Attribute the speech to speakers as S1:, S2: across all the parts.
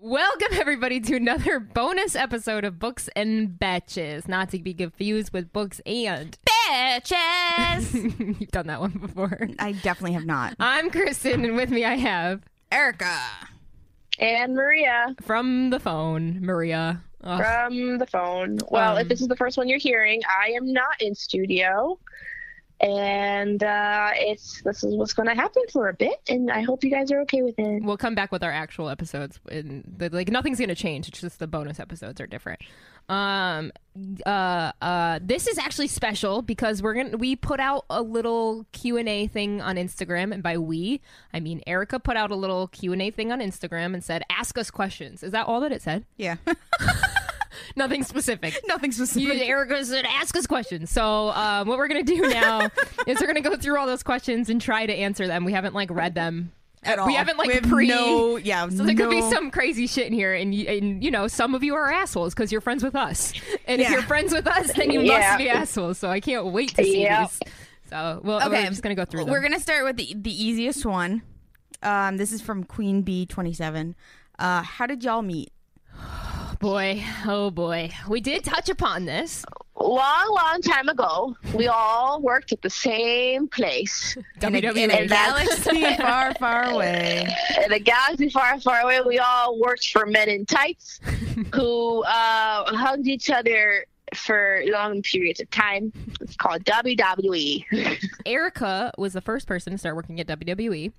S1: Welcome, everybody, to another bonus episode of Books and Batches. Not to be confused with Books and.
S2: Bitches.
S1: You've done that one before.
S2: I definitely have not.
S1: I'm Kristen, and with me I have
S2: Erica.
S3: And Maria
S1: from the phone, Maria. Oh, Ugh.
S3: from the phone. Well, if this is the first one you're hearing, I am not in studio. And uh, it's this is what's going to happen for a bit, and I hope you guys are okay with it.
S1: We'll come back with our actual episodes, and the, like nothing's gonna change. It's just the bonus episodes are different. Um, uh, uh, this is actually special because we're gonna we put out a little Q and A thing on Instagram, and by we I mean Erica put out a little Q and A thing on Instagram and said, "Ask us questions." Is that all that it said?
S2: Yeah.
S1: Nothing specific.
S2: Nothing
S1: You,
S2: specific.
S1: Erica said, ask us questions. So, um, what we're going to do now is we're going to go through all those questions and try to answer them. We haven't like read them
S2: At all.
S1: We haven't like
S2: We have
S1: pre.
S2: no- yeah,
S1: So there could be
S2: no-
S1: some crazy shit in here, and you, and you know some of you are assholes because you're friends with us, and if
S2: Yeah.
S1: you're friends with us, then you
S3: Yeah.
S1: must be assholes. So I can't wait to see
S3: Yeah.
S1: these. So well,
S2: Okay.
S1: we're just gonna go through. Them.
S2: We're gonna start with the, the easiest one. Um, this is from Queen B twenty seven. Uh, how did y'all meet?
S1: boy, oh boy, we did touch upon this.
S3: Long, long time ago, we all worked at the same place
S2: In a, in a
S1: WWE.
S2: galaxy far, far away.
S3: in a galaxy far, far away. We all worked for men in tights who uh, hugged each other for long periods of time. It's called E. WWE.
S1: Erica was the first person to start working at WWE,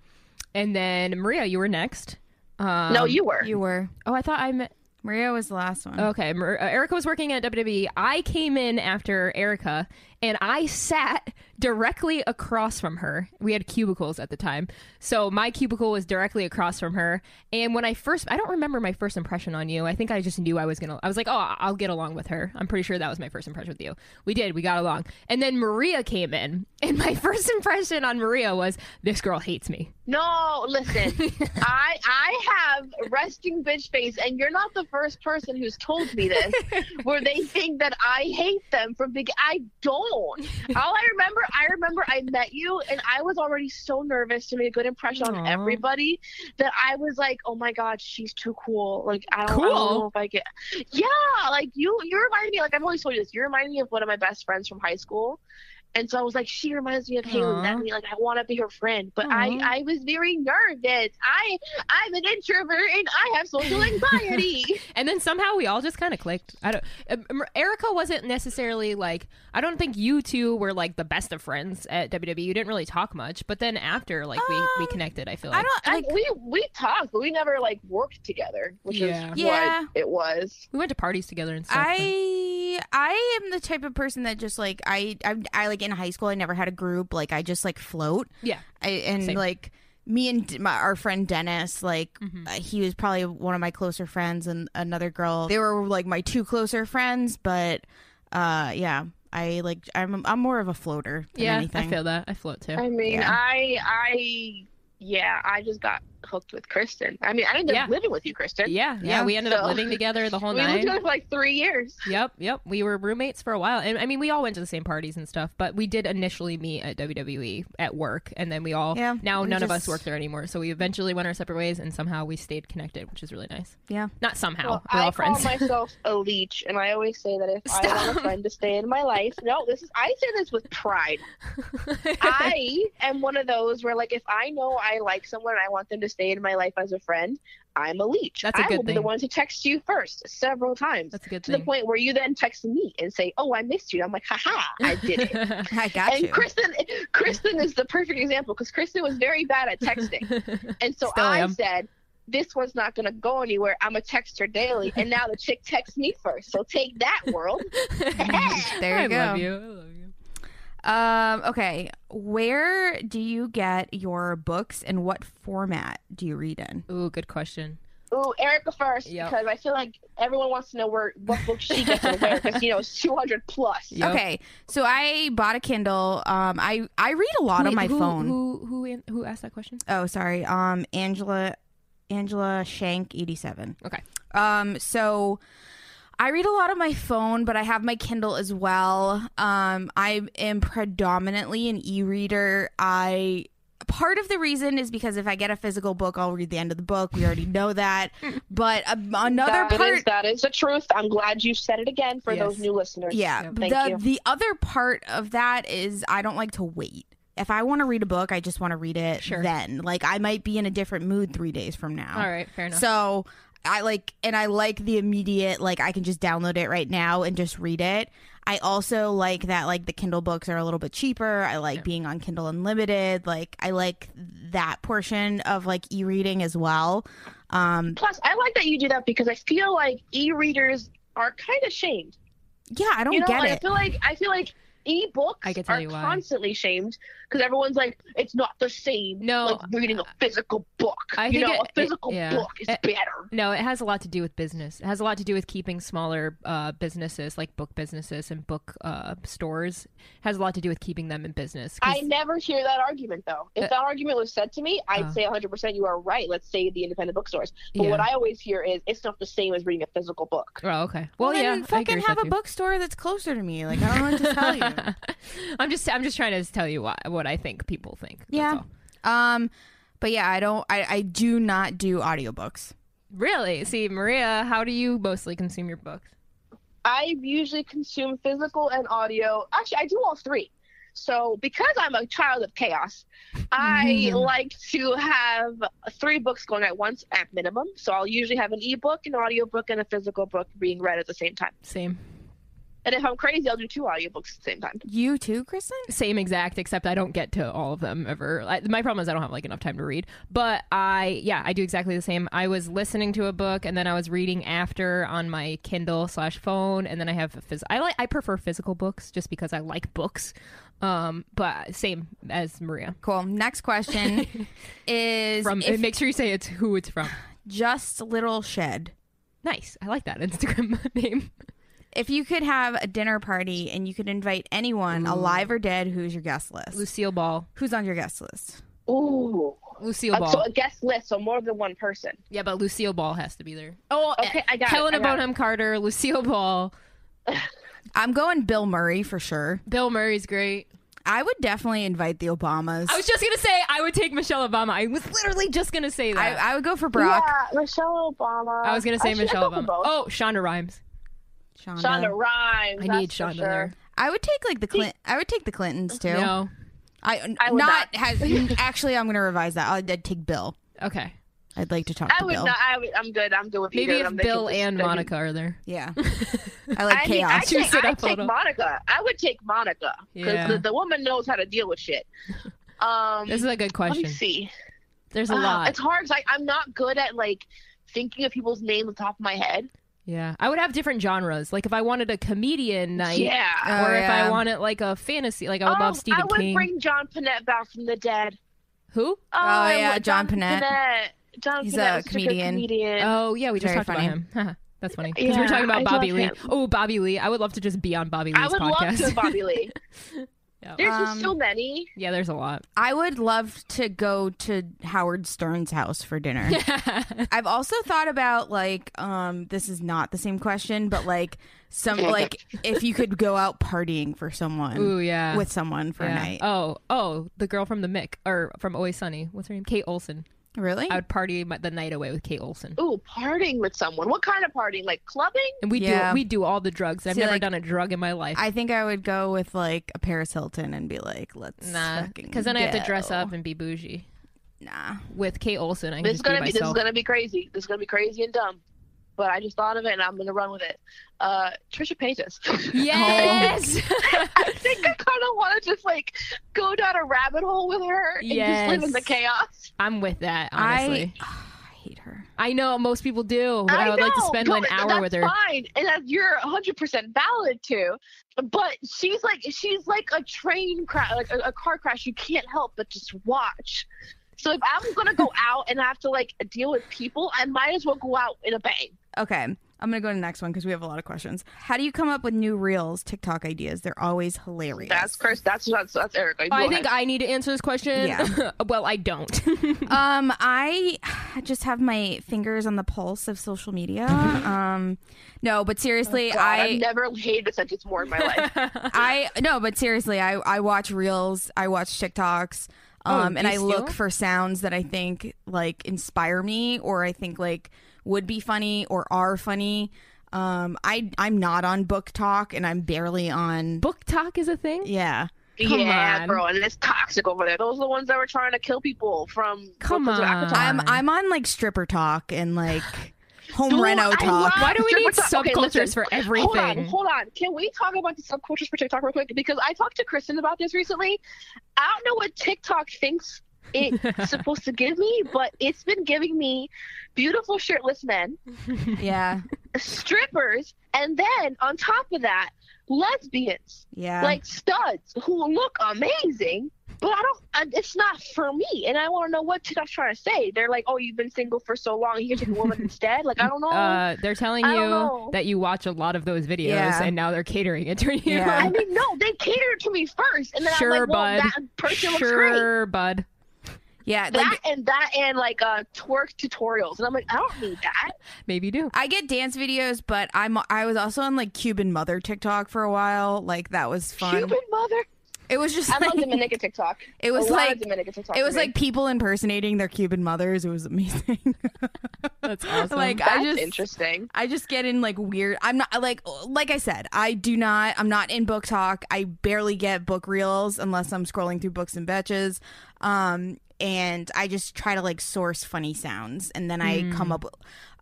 S1: and then Maria, you were next. Um,
S3: no, you were.
S2: You were.
S1: Oh, I thought I met.
S2: Maria was the last one.
S1: Okay, Mar- uh, Erica was working at WWE. I came in after Erica, and I sat directly across from her. We had cubicles at the time, so my cubicle was directly across from her. And when I first, I don't remember my first impression on you. I think I just knew I was gonna. I was like, oh, I'll get along with her. I'm pretty sure that was my first impression with you. We did. We got along. And then Maria came in, and my first impression on Maria was, this girl hates me.
S3: No, listen. I I have resting bitch face, and you're not the first person who's told me this, where they think that I hate them from big. I don't. All I remember, I remember I met you, and I was already so nervous to make a good impression on
S1: Aw.
S3: everybody that I was like, "Oh my god, she's too cool." Like I don't, I don't
S1: Cool?
S3: know if I get. Yeah, like you. You remind me. Like I've always told you this. You remind me of one of my best friends from high school. And so I was like, she reminds me of Haley.
S1: Aw.
S3: That means like I want to be her friend, but
S1: Aw.
S3: I I was very nervous. I I'm an introvert and I have social anxiety.
S1: And then somehow we all just kind of clicked. I don't. um, Erica wasn't necessarily like. I don't think you two were like the best of friends at WWE. You didn't really talk much, but then after, like we we
S2: Um,
S1: connected. I feel
S2: I
S1: like
S2: don't
S3: I,
S2: like.
S3: we we talked, but we never like worked together, which
S1: Yeah.
S3: is
S2: Yeah.
S3: what it was.
S1: we went to parties together and stuff. but-
S2: I I am the type of person that just like I, I I like in high school I never had a group like I just like float
S1: yeah,
S2: I, and
S1: Same.
S2: like me and d- my, our friend Dennis, like
S1: Mhm.
S2: uh, he was probably one of my closer friends, and another girl. They were like my two closer friends, but uh, yeah, I like I'm I'm more of a floater than
S1: yeah.
S2: anything.
S1: I feel that. I float too.
S3: I mean,
S2: Yeah.
S3: I I yeah, I just got hooked with Kristen. I mean, I ended
S1: Yeah.
S3: up living with you, Kristen.
S1: yeah, yeah,
S2: Yeah.
S1: We ended up
S3: So-
S1: living together the whole
S3: we lived
S1: night.
S3: together for like three years.
S1: Yep, yep. We were roommates for a while, and I mean, we all went to the same parties and stuff. But we did initially meet at WWE at work, and then we all
S2: Yeah,
S1: now
S2: we
S1: none of us
S2: just-
S1: work there anymore. So we eventually went our separate ways, and somehow we stayed connected, which is really nice.
S2: Yeah.
S1: not somehow.
S3: Well,
S1: we're
S3: I
S1: all friends.
S3: call myself a leech, and I always say that if I want a
S1: Stop.
S3: friend to stay in my life, no, this is I say this with pride. I am one of those where, like, if I know I like someone and I want them to stay in my life as a friend, I'm a leech.
S1: That's a
S3: I
S1: good
S3: will be the
S1: thing.
S3: one to text you first several times
S1: That's a good
S3: to the
S1: thing.
S3: point where you then text me and say, "Oh, I missed you." I'm like, "Haha, I did it."
S2: I got
S3: and
S2: you.
S3: Kristen, Kristen is the perfect example because Kristen was very bad at texting. And so
S1: Still
S3: I
S1: am.
S3: said, this one's not going to go anywhere. I'm going to text her daily. And now the chick texts me first. So take that, world.
S2: there
S1: I
S2: you go.
S1: love you. I love you.
S2: Um, okay, where do you get your books, and what format do you read in?
S1: Ooh, good question.
S3: Ooh, Erica first,
S1: Yep.
S3: because I feel like everyone wants to know where what book she gets and where, because, you know, it's 200 plus.
S1: Yep.
S2: Okay, so I bought a Kindle. Um, I I read a lot on
S1: Wait,
S2: my
S1: who-
S2: phone.
S1: Who who an- who asked that question?
S2: Oh, sorry. Um, Angela, Angela Shank, eighty-seven.
S1: Okay.
S2: Um, so I read a lot on my phone, but I have my Kindle as well. Um, I am predominantly an e-reader. I part of the reason is because if I get a physical book, I'll read the end of the book. We already know that. But uh, another
S3: That
S2: part
S3: is- that is the truth. I'm glad you said it again for those
S1: Yes.
S3: new listeners.
S2: Yeah.
S3: Thank
S2: the
S3: you.
S2: the other part of that is I don't like to wait. If I want to read a book, I just want to read it
S1: Sure.
S2: then. Like I might be in a different mood 3 days from now.
S1: All right, fair enough.
S2: So I like and I like the immediate like I can just download it right now and just read it. I also like that like the Kindle books are a little bit cheaper. I like being on Kindle Unlimited. Like I like that portion of like e-reading as well. Um
S3: Plus, I like that you do that because I feel like e-readers are kind of shamed.
S2: yeah, I don't
S3: you know,
S2: get
S3: like,
S2: it.
S3: I feel like I feel like e-books
S1: I can tell
S3: are
S1: you why.
S3: constantly shamed because everyone's like, it's not the same.
S1: No,
S3: like reading a physical book.
S1: I
S3: you
S1: think
S3: know,
S1: it-
S3: a physical
S1: it- yeah. Eh,
S3: book is
S1: It-
S3: better.
S1: No, it has a lot to do with business. It has a lot to do with keeping smaller uh, businesses, like book businesses and book uh, stores, has a lot to do with keeping them in business. 'Cause-
S3: I never hear that argument though. If
S1: Uh,
S3: that argument was said to me, I'd
S1: uh.
S3: say 100% you are right. Let's say the independent bookstores. But what
S1: Yeah.
S3: I always hear is it's not the same as reading a physical book.
S1: oh, okay. Well,
S2: then
S1: yeah, I agree
S2: fucking
S1: with
S2: have
S1: that
S2: a
S1: too.
S2: bookstore that's closer to me. Like I don't know what to tell you.
S1: I'm just, I'm just trying to tell you what, what I think people think. that's
S2: Yeah.
S1: all.
S2: Um, but yeah, I don't. I, I do not do audiobooks.
S1: Really? See, Maria, how do you mostly consume your books?
S3: I usually consume physical and audio. Actually, I do all three. So, because I'm a child of chaos,
S1: Mm-hmm.
S3: I like to have three books going at once at minimum. So, I'll usually have an ebook, an audiobook, and a physical book being read at the same time.
S1: Same,
S3: And if I'm crazy, I'll do two audiobooks at the same time.
S2: You too, Kristen?
S1: same exact. Except I don't get to all of them ever. I, my problem is I don't have like enough time to read. But I, yeah, I do exactly the same. I was listening to a book and then I was reading after on my Kindle slash phone, and then I have a phys- I like I prefer physical books just because I like books. Um, but same as Maria.
S2: Cool. Next question is
S1: From
S2: if
S1: make sure you say it's who it's from.
S2: just little shed.
S1: Nice, I like that Instagram name.
S2: If you could have a dinner party and you could invite anyone, alive or dead, who's your guest list?
S1: Lucille Ball.
S2: Who's on your guest list?
S3: Ooh.
S1: Lucille
S3: Uh,
S1: Ball.
S3: So, a guest list, so more than one person.
S1: Yeah, but Lucille Ball has to be there. Oh,
S3: Okay, I got it,
S1: Helena
S3: I got it.
S1: Bonham Carter, Lucille Ball,
S2: I'm going Bill Murray for sure.
S1: Bill Murray's great.
S2: I would definitely invite the Obamas.
S1: I was just gonna say I would take Michelle Obama. I was literally just gonna say
S2: I,
S1: that.
S2: I would go for Barack.
S3: Yeah, Michelle Obama.
S1: I, was gonna say
S3: Actually, uh, I
S1: Michelle
S3: go for
S1: Obama.
S3: both.
S1: Oh, Shonda Rhimes.
S2: Shonda.
S3: Shonda Rhimes.
S1: I need
S3: that's for
S1: Shonda
S3: sure.
S1: there.
S2: I would take like the Clint. I would take the Clintons too.
S1: No.
S2: I,
S3: I would
S2: not,
S3: not.
S2: has actually. I'm gonna revise that. I'd, I'd take Bill.
S1: Okay.
S2: I'd like to talk
S3: I
S2: to
S3: would
S2: Bill.
S3: not. I would, I'm good. I'm good with
S1: Maybe
S3: either of
S1: if
S3: them. They can
S1: Bill
S3: just-
S1: and
S3: they can-
S1: Monica are there.
S2: Yeah. I like
S3: I mean, I
S2: chaos.
S1: Choose
S3: take,
S1: it
S3: I
S1: up a
S3: take
S1: little.
S3: Monica. I would take Monica because
S1: Yeah.
S3: the, the woman knows how to deal with shit. Um,
S1: This is a good
S3: let me
S1: question.
S3: see.
S1: There's a
S3: Uh,
S1: lot.
S3: It's hard. 'cause I, I'm not good at like thinking of people's names on top of my head.
S1: Yeah. I would have different genres. Like if I wanted a comedian night
S3: yeah.
S1: or
S2: Oh,
S1: if
S2: yeah.
S1: I wanted like a fantasy like I would love
S3: Oh,
S1: Stephen
S3: I would
S1: King.
S3: bring John Panette back from the dead.
S1: Who?
S3: Oh,
S2: Oh,
S3: I
S2: yeah,
S3: would-
S2: John Panette.
S3: John
S2: He's
S3: Panette
S2: a
S3: was such good
S2: comedian.
S3: comedian.
S1: Oh yeah, we just
S2: Very
S1: talked
S2: funny.
S1: about him. Haha, That's funny because we were
S3: Yeah,
S1: talking about
S3: I
S1: Bobby
S3: love
S1: Lee.
S3: him.
S1: Oh, Bobby Lee! I would love to just be on Bobby Lee's
S3: I would love
S1: podcast.
S3: to Bobby Lee.
S1: Yeah.
S3: There's
S2: Um,
S3: just so many.
S1: yeah, there's a lot.
S2: I would love to go to Howard Stern's house for dinner. I've also thought about like um this is not the same question, but like some like if you could go out partying for someone
S1: Ooh yeah,
S2: with someone for
S1: yeah.
S2: a night.
S1: Oh oh, the girl from the Mick or from Always Sunny. What's her name? Kate Olsen.
S2: really?
S1: I would party my, the night away with Kate Olsen,
S3: Ooh, partying with someone. What kind of partying? Like clubbing?
S1: and we
S2: Yeah.
S1: do we do all the drugs. I've
S2: See,
S1: never
S2: like,
S1: done a drug in my life.
S2: I think I would go with like a Paris Hilton and be like, let's
S1: nah,
S2: because
S1: then I have to dress up and be bougie.
S2: Nah.
S1: With Kate Olsen, I can
S3: This is
S1: just
S3: gonna be this is
S1: myself.
S3: gonna be crazy. This is gonna be crazy and dumb. But I just thought of it and I'm gonna run with it. Uh Trisha Paytas.
S1: Yes.
S3: I think I kinda wanna just like go down a rabbit hole with her and just live in the
S1: Yes.
S3: chaos.
S1: I'm with that.
S2: I,
S1: Honestly,
S2: I hate her.
S1: I, know most people do, but I, would like to
S3: know,
S1: spend
S3: no,
S1: an
S3: th-
S1: hour
S3: that's
S1: with her.
S3: Fine. And that you're hundred percent valid too. But she's like she's like a train crash like a, a car crash you can't help but just watch. So if I'm gonna go out and I have to like deal with people, I might as well go out in a bang.
S2: Okay. I'm going to go to the next one because we have a lot of questions. How do you come up with new reels, TikTok ideas? They're always hilarious.
S3: That's Chris. That's that's that's Erica.
S1: I
S3: Go
S1: think
S3: ahead.
S1: I need to answer this question.
S2: Yeah.
S1: well, I don't.
S2: Um, I just have my fingers on the pulse of social media. Um, no, but seriously,
S1: Oh,
S3: God,
S2: I
S3: I've never hated a sentence more in my life.
S2: I no, but seriously, I I watch reels, I watch TikToks.
S1: Oh,
S2: Um,
S1: do
S2: and
S1: you
S2: I look
S1: steal?
S2: for sounds that I think like inspire me or I think like would be funny or are funny. Um, I I'm not on book talk and I'm barely on.
S1: Book talk is a thing.
S2: Yeah.
S1: Come
S3: yeah,
S1: on.
S3: bro, and it's toxic over there. Those are the ones that were trying to kill people from
S1: Come
S3: from- from
S1: on.
S3: Akatar.
S2: I'm
S1: Darn.
S2: I'm on like stripper talk and like home
S3: Dude,
S2: reno
S3: I
S2: talk.
S3: love
S1: Why do we
S3: stripper
S1: need
S3: talk? Okay,
S1: subcultures
S3: listen.
S1: for everything?
S3: Hold on, hold on. Can we talk about the subcultures for TikTok real quick? Because I talked to Kristen about this recently. I don't know what TikTok thinks it's supposed to give me, but it's been giving me beautiful shirtless men,
S2: yeah.
S3: strippers, and then on top of that, lesbians,
S2: Yeah.
S3: like studs who look amazing. But I don't. I- It's not for me, and I want to know what TikTok's trying to say. They're like, "Oh, you've been single for so long, you can take a woman instead." Like I don't know.
S1: Uh, they're telling
S3: I don't
S1: you
S3: know.
S1: that you watch a lot of those videos,
S2: Yeah.
S1: and now they're catering it to you.
S2: Yeah.
S3: I mean, no, they catered to me first, and then
S1: Um, Sure,
S3: I'm like, well,
S1: bud.
S3: that person looks great.
S1: sure, bud.
S2: yeah.
S3: That
S2: Like
S3: and that and like uh twerk tutorials, and I'm like, I don't need that.
S1: Maybe you do.
S2: I get dance videos, but I'm I was also on like Cuban mother TikTok for a while. Like that was fun.
S3: Cuban mother.
S2: It was just
S3: I
S2: like
S3: love Dominican TikTok.
S2: it was
S3: a lot
S2: like
S3: of Dominican TikTok.
S2: it
S3: for
S2: was
S3: me.
S2: like people impersonating their Cuban mothers. It was amazing.
S1: That's awesome.
S2: like
S3: that's
S2: I just
S3: interesting.
S2: I just get in like weird. I'm not like like I said. I do not. I'm not in book talk. I barely get book reels unless I'm scrolling through books and betches. Um, and I just try to like source funny sounds, and then I come up.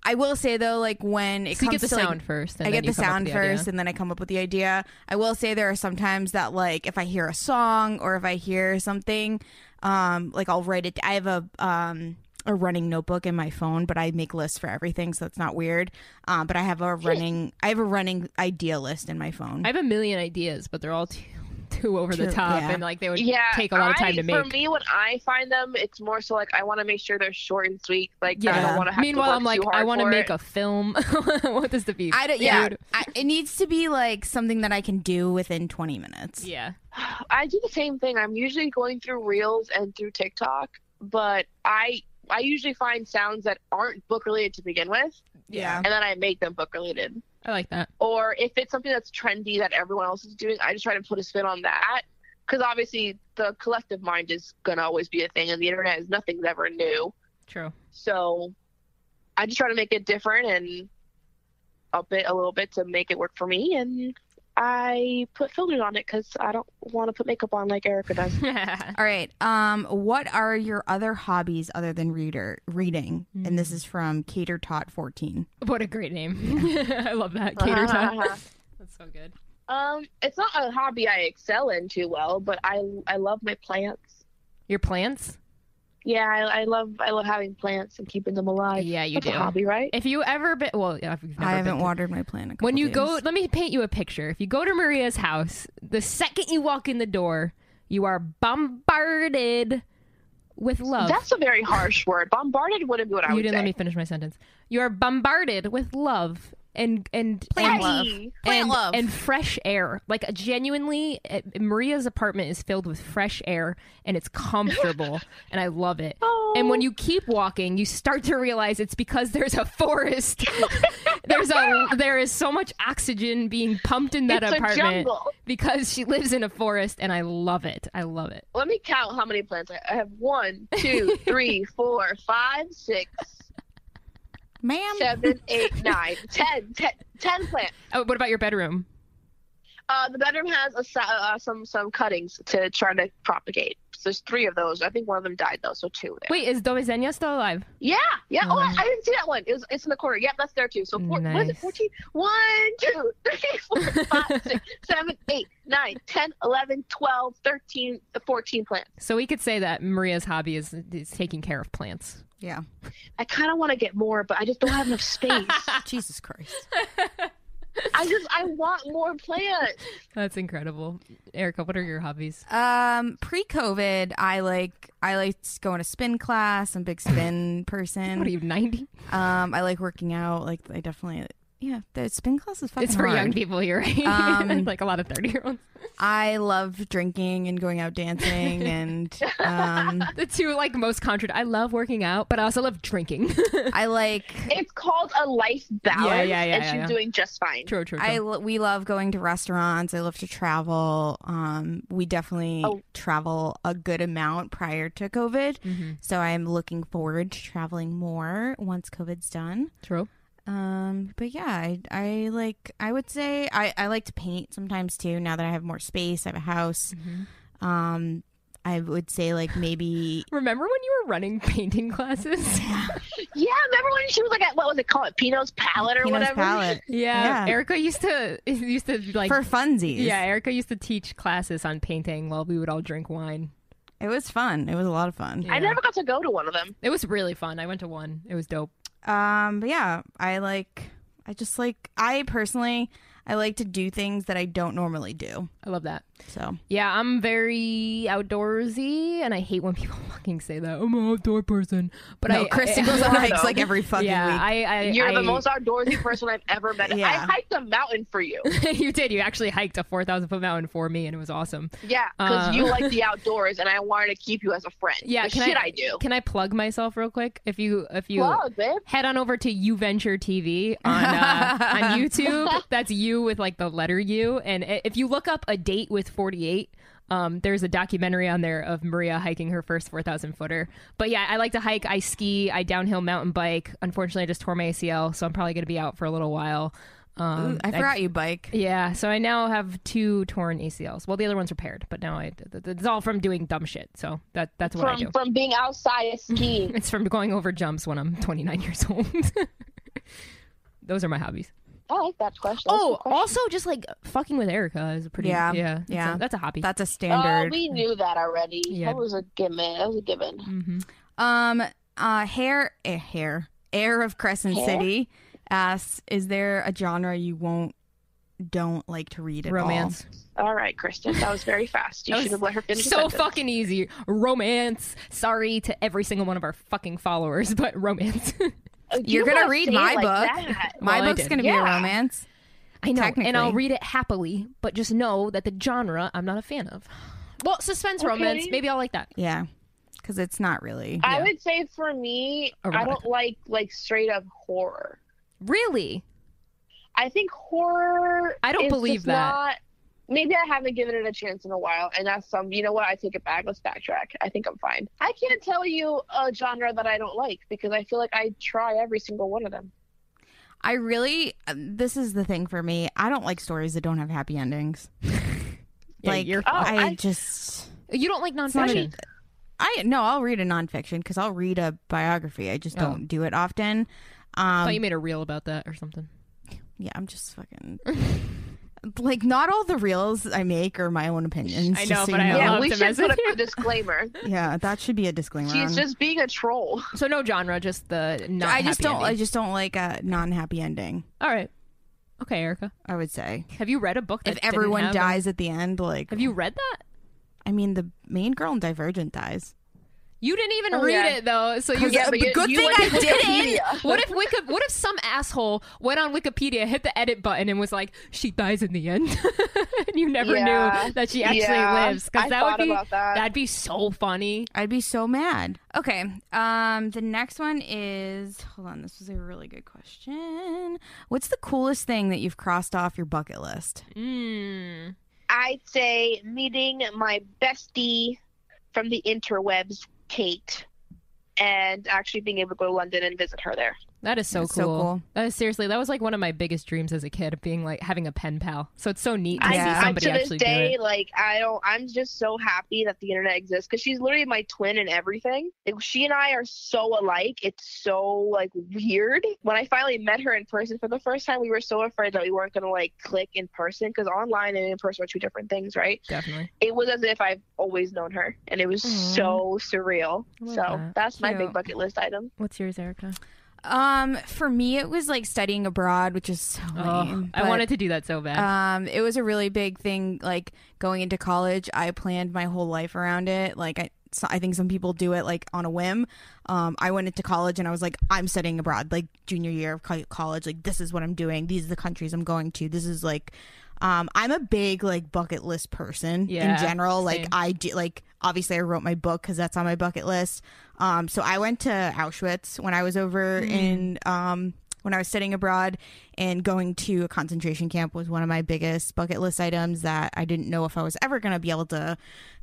S2: I will say though, like when
S1: Mm.
S2: it
S1: so you
S2: comes
S1: get the
S2: to
S1: sound
S2: like,
S1: first. And
S2: I
S1: then
S2: get the
S1: you come up
S2: sound
S1: with idea.
S2: first and then I come up with the idea. I will say there are sometimes that like if I hear a song or if I hear something, um, like I'll write it. I have a um a running notebook in my phone, but I make lists for everything, so it's not weird. Um, but I have a running I have a running idea list in my phone.
S1: I have a million ideas, but they're all too, too over the
S2: Too-
S1: top,
S2: yeah.
S1: and like they would
S3: Yeah,
S1: take a lot of time
S3: I-
S1: to
S3: For
S1: make.
S3: me, when I find them, it's more so like I want to make sure they're short and sweet. Like I
S1: Yeah.
S3: don't want to have
S1: Meanwhile,
S3: to work
S1: I'm like,
S3: too
S1: I
S3: hard
S1: want to
S3: for
S1: make
S3: it.
S1: a film. I want this to be.
S2: I don't. Yeah,
S1: Dude.
S2: I, it needs to be like something that I can do within 20 minutes.
S1: yeah.
S3: I do the same thing. I'm usually going through Reels and through TikTok, but I I usually find sounds that aren't book related to begin with,
S2: Yeah.
S3: and then I make them book related.
S1: I like that.
S3: Or if it's something that's trendy that everyone else is doing, I just try to put a spin on that. Because obviously, the collective mind is gonna always be a thing, and the internet is nothing's ever new.
S1: True.
S3: So I just try to make it different and up it a little bit to make it work for me. And I put filters on it because I don't want to put makeup on like Erica does.
S2: All right. Um, what are your other hobbies other than reader reading? And
S1: Hmm.
S2: this is from Cater Tot 14.
S1: what a great name. I love that. Cater time. That's so good.
S3: um, it's not a hobby I excel in too well, but I I love my plants.
S1: Your plants?
S3: Yeah, I, I love I love having plants and keeping them alive.
S1: Yeah, you
S3: That's
S1: do.
S3: a hobby, right?
S1: If you ever been, well, yeah, I've never
S2: I
S1: been
S2: haven't
S1: to-
S2: watered my plant. A couple
S1: When you go,
S2: days.
S1: let me paint you a picture. If you go to Maria's house, the second you walk in the door, you are bombarded with love.
S3: That's a very harsh word. Bombarded wouldn't be what I
S1: you
S3: would
S1: didn't
S3: say.
S1: let me finish my sentence. You are bombarded with love and and
S2: Plant
S1: and,
S2: love.
S3: Hey,
S2: Plant
S1: and,
S2: love.
S1: and fresh air. Like uh, genuinely, uh, Maria's apartment is filled with fresh air and it's comfortable, and I love it.
S3: Oh.
S1: And when you keep walking, you start to realize it's because there's a forest. there's a there is so much oxygen being pumped in that
S3: It's a
S1: apartment
S3: jungle.
S1: because she lives in a forest, and I love it. I love it.
S3: Let me count how many plants I, I have. One, two, three, four, five, six,
S2: ma'am.
S1: Um.
S3: seven, eight, nine, ten, ten, ten plants.
S1: Oh, what about your bedroom?
S3: Uh, the bedroom has a, sa- uh, some some cuttings to try to propagate. So there's three of those. I think one of them died though, so two there.
S1: Wait, is Domizeña still alive?
S3: Yeah, yeah. Oh, I,
S1: Mm.
S3: I didn't see that one. It was, it's in the corner. Yep, that's there too. So four, what is it?
S1: Nice.
S3: 14? 1, 2, 3, 4, 5, 6, 7, 8, 9, 10, 11, 12, 13, 14 plants.
S1: So we could say that Maria's hobby is, is taking care of plants.
S2: yeah.
S3: I kind of want to get more, but I just don't have enough space.
S1: Ah.
S2: Jesus Christ.
S3: I just I want more plants.
S1: That's incredible. Erica, what are your hobbies?
S2: Um, pre-COVID, I like I liked going to spin class. I'm a big spin
S1: What are
S2: person.
S1: you, 90?
S2: Um, I like working out. Like I definitely yeah, the spin class is fucking
S1: It's for
S2: hard.
S1: young people, you're right.
S2: Um,
S1: like a lot of 30 year olds.
S2: I love drinking and going out dancing and um,
S1: The two like most contra. I love working out, but I also love drinking.
S2: I like
S3: It's called a life balance,
S1: Yeah, yeah, yeah,
S3: and
S1: yeah,
S3: she's
S1: yeah.
S3: doing just fine.
S1: true, true, true.
S2: I lo- we love going to restaurants. I love to travel. Um, we definitely
S3: Oh.
S2: travel a good amount prior to COVID,
S1: Mhm.
S2: so I'm looking forward to traveling more once COVID's done.
S1: True.
S2: Um, but yeah, I, I like I would say I, I like to paint sometimes too. Now that I have more space, I have a house.
S1: Mm-hmm.
S2: Um, I would say like maybe
S1: Remember when you were running painting classes?
S3: Yeah, remember when she was like at what was it called, Pino's Palette or
S2: Pino's
S3: whatever?
S2: palette
S1: yeah.
S2: Yeah.
S1: Erica used to used to like
S2: for funsies.
S1: Yeah, Erica used to teach classes on painting while we would all drink wine.
S2: it was fun. It was a lot of fun.
S1: Yeah.
S3: I never got to go to one of them.
S1: It was really fun. I went to one. It was dope.
S2: Um, but yeah, I like, I just like, I personally, I like to do things that I don't normally do.
S1: I love that.
S2: So
S1: Yeah, I'm very outdoorsy, and I hate when people fucking say that. I'm an outdoor person, but I, I,
S2: goes on
S3: hikes, like,
S2: every fucking
S1: yeah, I, I,
S3: You're the
S1: I-
S3: most outdoorsy person I've ever met.
S2: Yeah.
S3: I hiked a mountain for you.
S1: you did. You actually hiked a four thousand foot mountain for me, and it was awesome.
S3: Yeah, because
S1: Uh.
S3: you like the outdoors, and I wanted to keep you as a friend.
S1: Yeah,
S3: the
S1: can
S3: shit
S1: I,
S3: I, do.
S1: Can I plug myself real quick? If you, if you.
S3: Plug, babe.
S1: Head on over to You Venture TV on uh, on YouTube. That's you with like the letter U. And i- if you look up a date with forty eight, um, there's a documentary on there of Maria hiking her first four thousand footer. But yeah, I like to hike. I ski. I downhill mountain bike. Unfortunately, I just tore my ACL, so I'm probably gonna be out for a little while. Um,
S2: I forgot you bike.
S1: yeah, so I now have two torn ACLs. Well, the other one's repaired, but now I th- th- it's all from doing dumb shit. So that that's what I do.
S3: From from being outside skiing.
S1: It's from going over jumps when I'm 29 years old. Those are my hobbies.
S3: I like that question. That's a
S1: Oh,
S3: good question.
S1: also just like fucking with Erica is a pretty
S2: Yeah,
S1: yeah that's a-
S2: yeah.
S1: that's a hobby.
S2: That's a
S3: Oh,
S2: standard.
S3: we knew that already.
S1: Yeah.
S3: That was a given. That was a given.
S1: Mhm.
S2: um, uh, hair, eh, hair, air of Crescent
S3: Hair?
S2: City asks, is there a genre you won't, don't like to read at
S1: Romance,
S3: All right, Kristen, that was very fast. You
S1: That was
S3: should have let her finish. the
S1: so
S3: sentence.
S1: fucking easy. Romance. Sorry to every single one of our fucking followers, but romance.
S3: Uh,
S2: You're
S3: you
S2: gonna
S3: gotta
S2: read
S3: say it
S2: my
S3: like
S2: book.
S3: that.
S2: all? My
S1: Well, I
S2: book's
S1: did.
S2: going to be a
S3: Yeah.
S2: romance.
S1: I know,
S2: Technically.
S1: and I'll read it happily, but just know that the genre I'm not a fan of. Well, suspense romance,
S3: Okay.
S1: maybe I'll like that.
S2: Yeah. Because it's not really.
S3: I
S1: Yeah.
S3: would say for me, I
S1: Erotic.
S3: don't like like straight up horror.
S1: Really?
S3: I think horror.
S1: I don't
S3: is
S1: believe
S3: just
S1: that.
S3: Not, maybe I haven't given it a chance in a while, and that's some. You know what? I take it back. Let's backtrack. I think I'm fine. I can't tell you a genre that I don't like because I feel like I try every single one of them.
S2: I really, um, this is the thing for me. I don't like stories that don't have happy endings.
S1: Yeah,
S2: like,
S1: you're-
S2: I,
S3: I-
S2: just,
S1: You don't like
S2: not
S1: nonfiction?
S2: I no, I'll read a nonfiction because I'll read a biography. I just
S1: Oh.
S2: don't do it often.
S1: I
S2: Um,
S1: thought you made a reel about that or something.
S2: yeah, I'm just fucking like not all the reels I make are my own opinions.
S1: I
S2: just
S1: know,
S2: so
S1: but
S2: you
S1: I
S3: yeah,
S1: love
S3: we
S1: to
S3: should
S1: mess
S3: put
S1: with
S3: up
S1: you.
S3: a disclaimer.
S2: yeah, that should be a disclaimer.
S3: She's
S2: on-
S3: just being a troll.
S1: So no genre, just the not.
S2: I just
S1: happy
S2: don't. I
S1: ending.
S2: just don't like a non-happy ending.
S1: All right. Okay, Erica.
S2: I would say
S1: Have you read a book? That
S2: if
S1: didn't
S2: everyone
S1: have a-
S2: dies at the end, like
S1: have you read that?
S2: I mean, the main girl in Divergent dies.
S1: You didn't even
S3: Oh,
S1: read
S3: yeah.
S1: it though, so you.
S2: Yeah, but good thing
S3: went to
S2: I didn't.
S3: Wikipedia.
S1: What if Wiki- What if some asshole went on Wikipedia, hit the edit button, and was like, "She dies in the end," and you never
S3: Yeah.
S1: knew that she actually
S3: Yeah.
S1: lives?
S3: I
S1: Because that
S3: thought
S1: would be
S3: about that.
S1: would be so funny.
S2: I'd be so mad. Okay. Um the next one is hold on, this was a really good question. What's the coolest thing that you've crossed off your bucket list?
S1: Mm.
S3: I'd say meeting my bestie from the interwebs, Kate, and actually being able to go to London and visit her there.
S1: That is so
S2: That's
S1: cool.
S2: so cool.
S1: That is Uh, seriously, that was like one of my biggest dreams as a kid, of being like having a pen pal. So it's so neat to
S3: I-
S2: Yeah.
S1: see
S3: I,
S1: somebody
S3: to this
S1: actually do
S3: day,
S1: it.
S3: like I don't, I'm just so happy that the internet exists because she's literally my twin and everything. Like, she and I are so alike. It's so like weird. When I finally met her in person for the first time, we were so afraid that we weren't gonna like click in person because online and in person are two different things, right?
S1: Definitely.
S3: It was as if I've always known her, and it was
S2: Aw.
S3: so surreal.
S1: I
S3: So
S1: love that.
S3: that's my
S2: Cute.
S3: big bucket list item.
S1: What's yours, Erica?
S2: Um for me it was like studying abroad, which is so lame,
S1: Oh, I
S2: but,
S1: wanted to do that so bad.
S2: um it was a really big thing like going into college. I planned my whole life around it. Like I So I think some people do it like on a whim. Um, I went into college and I was like, I'm studying abroad, like junior year of co- college. Like this is what I'm doing. These are the countries I'm going to. This is like, um, I'm a big like bucket list person
S1: Yeah,
S2: in general. Like
S1: same.
S2: I do like obviously I wrote my book because that's on my bucket list. Um, so I went to Auschwitz when I was over
S1: Mm.
S2: in um, when I was studying abroad, and going to a concentration camp was one of my biggest bucket list items that I didn't know if I was ever going to be able to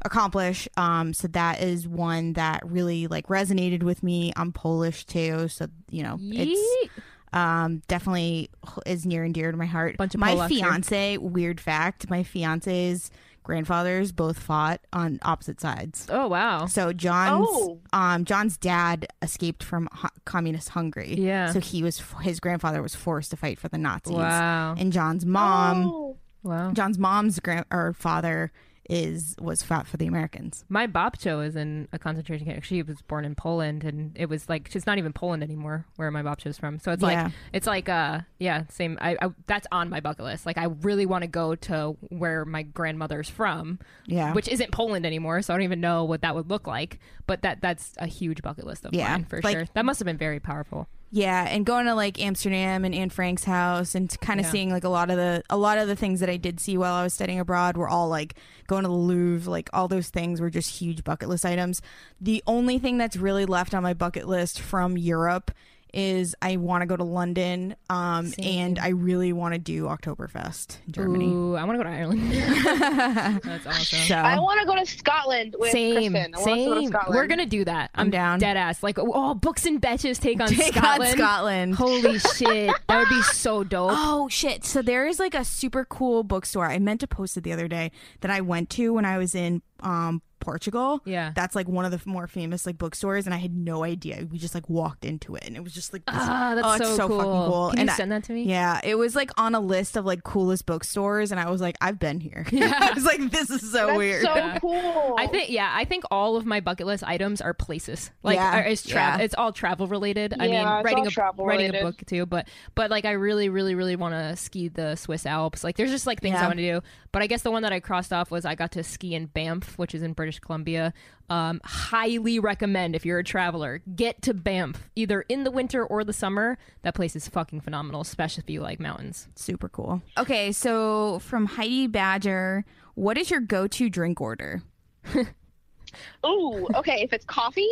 S2: accomplish. Um, so that is one that really like resonated with me. I'm Polish too, so you know it's
S1: Yeet.
S2: um, definitely is near and dear to my heart.
S1: Bunch of
S2: my
S1: Polacks here.
S2: fiance, weird fact, my fiance's grandfathers both fought on opposite sides.
S1: Oh wow.
S2: So John's
S3: Oh.
S2: um John's dad escaped from hu- communist Hungary.
S1: Yeah.
S2: So he was his grandfather was forced to fight for the Nazis.
S1: Wow.
S2: And John's mom,
S3: Oh.
S1: Wow.
S2: John's mom's grand or father is was fought for the Americans.
S1: My babcho is in a concentration camp. She was born in Poland, and it was like she's not even Poland anymore, where my babcho's from. So it's
S2: Yeah.
S1: like it's like uh yeah same. I, I that's on my bucket list. Like I really want to go to where my grandmother's from,
S2: Yeah.
S1: which isn't Poland anymore. So I don't even know what that would look like. But that that's a huge bucket list of
S2: Yeah.
S1: mine for
S2: Like-
S1: sure. That must have been very powerful.
S2: Yeah, and going to like Amsterdam and Anne Frank's house and kind of
S1: Yeah.
S2: seeing like a lot of the a lot of the things that I did see while I was studying abroad were all like going to the Louvre, like all those things were just huge bucket list items. The only thing that's really left on my bucket list from Europe is I want to go to London um and I really want to do Oktoberfest in Germany.
S1: Ooh, I want to go to Ireland. that's awesome.
S2: So
S3: I want to go to Scotland with
S1: Same,
S3: Kristen. I want to go to
S1: same.
S3: Scotland.
S1: We're gonna do that. I'm,
S2: down.
S1: Dead ass. Like, oh, books and betches take on
S2: Take on
S1: Scotland.
S2: Scotland.
S1: Holy shit, that would be so dope.
S2: Oh shit! So there is like a super cool bookstore. I meant to post it the other day that I went to when I was in um Portugal.
S1: Yeah.
S2: that's like one of the f- more famous like bookstores, and I had no idea. We just like walked into it, and it was just like, this-
S1: Ah, that's
S2: oh, it's
S1: so
S2: so
S1: cool.
S2: fucking cool.
S1: Can you
S2: and I-
S1: send that to me?
S2: Yeah, it was like on a list of like coolest bookstores, and I was like, I've been here. I was like, this is so
S3: That's
S2: weird.
S3: so cool.
S1: I think yeah, I think all of my bucket list items are places. Like
S2: Yeah,
S1: are- it's travel,
S2: yeah.
S1: it's all travel related. I
S3: Yeah,
S1: mean,
S3: it's
S1: writing
S3: all
S1: a
S3: travel
S1: writing a
S3: related.
S1: book too, but but like I really really really want to ski the Swiss Alps. Like there's just like things I
S2: Yeah.
S1: want to do. But I guess the one that I crossed off was I got to ski in Banff, which is in British Columbia. Um, highly recommend if you're a traveler, get to Banff either in the winter or the summer. That place is fucking phenomenal, especially if you like mountains.
S2: super cool. Okay, so from Heidi Badger, what is your go-to drink order?
S3: Ooh, okay. If it's coffee,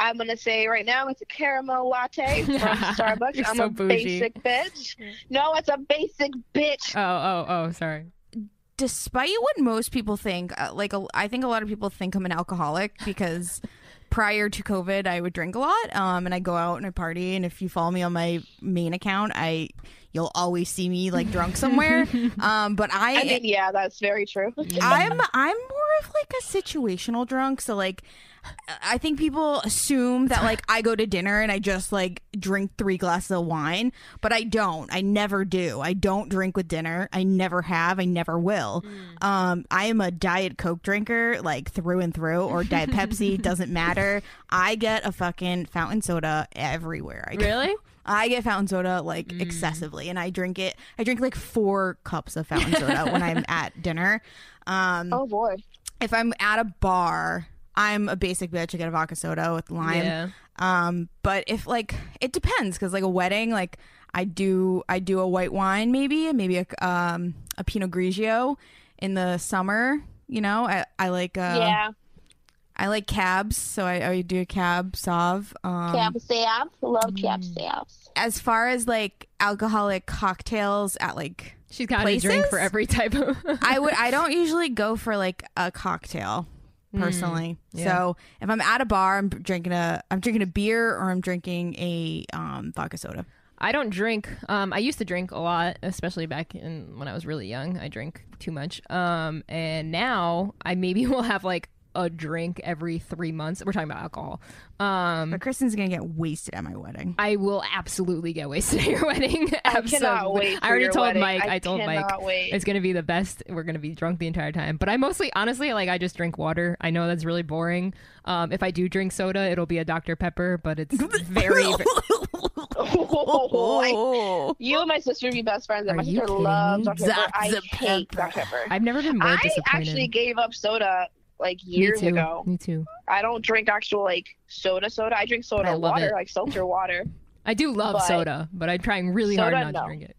S3: I'm gonna say right now it's a caramel latte from Starbucks.
S1: You're
S3: I'm
S1: so
S3: a
S1: bougie.
S3: basic bitch. No, it's a basic bitch.
S1: Oh oh oh, sorry.
S2: despite what most people think, uh, like a, I think a lot of people think I'm an alcoholic because prior to COVID, I would drink a lot, um, and I go out and I party. And if you follow me on my main account, I you'll always see me like drunk somewhere. um, but I,
S3: I mean, yeah, that's very true.
S1: Mm.
S2: I'm I'm more of like a situational drunk. So like I think people assume that like I go to dinner and I just like drink three glasses of wine, but I don't. I never do. I don't drink with dinner. I never have. I never will. Um, I am a diet coke drinker, like through and through, or diet Pepsi. doesn't matter. I get a fucking fountain soda everywhere. I go.
S1: Really?
S2: I get fountain soda like excessively, and I drink it. I drink like four cups of fountain soda when I'm at dinner. Um,
S3: Oh boy.
S2: If I'm at a bar, I'm a basic bitch. I get a vodka soda with lime.
S1: Yeah.
S2: Um, but if like it depends, because like a wedding, like I do, I do a white wine maybe, maybe a um a Pinot Grigio in the summer. You know, I I like uh,
S3: yeah.
S2: I like cabs, so I, I do a cab sauv. Um,
S3: Cab salve. Love
S1: mm.
S3: cab salves.
S2: as far as like alcoholic cocktails at like
S1: She's got a drink
S2: Places?
S1: for every type of
S2: I would I don't usually go for like a cocktail
S1: Mm,
S2: personally. So if I'm at a bar, I'm drinking a I'm drinking a beer or I'm drinking a um, vodka soda.
S1: I don't drink. Um, I used to drink a lot, especially back in when I was really young. I drank too much. Um, and now I maybe will have like a drink every three months. We're talking about alcohol. Um,
S2: But Kristen's gonna get wasted at my wedding.
S1: I will absolutely get wasted at your wedding.
S3: I
S1: absolutely.
S3: cannot wait for
S1: I already
S3: your
S1: told
S3: wedding.
S1: Mike. I,
S3: I
S1: told Mike
S3: cannot wait.
S1: it's gonna be the best. We're gonna be drunk the entire time. But I mostly, honestly, like I just drink water. I know that's really boring. Um, if I do drink soda, it'll be a Dr Pepper, but it's very.
S3: Oh, I-
S2: Oh.
S3: you and my sister would be best friends.
S1: Are
S3: And my
S1: you
S3: sister
S1: kidding
S3: loves
S1: me?
S3: Dr. Pepper. I
S2: Dr.
S3: hate
S2: Pepper.
S3: Dr. Pepper.
S1: I've never been more
S3: I
S1: disappointed.
S3: actually gave up soda like years
S1: Me too.
S3: ago.
S1: Me too.
S3: I don't drink actual like soda soda. I drink soda
S1: I love
S3: water,
S1: it.
S3: like seltzer water.
S1: I do love
S3: But-
S1: soda, but I'm trying really hard
S3: Soda,
S1: not
S3: no.
S1: to drink it.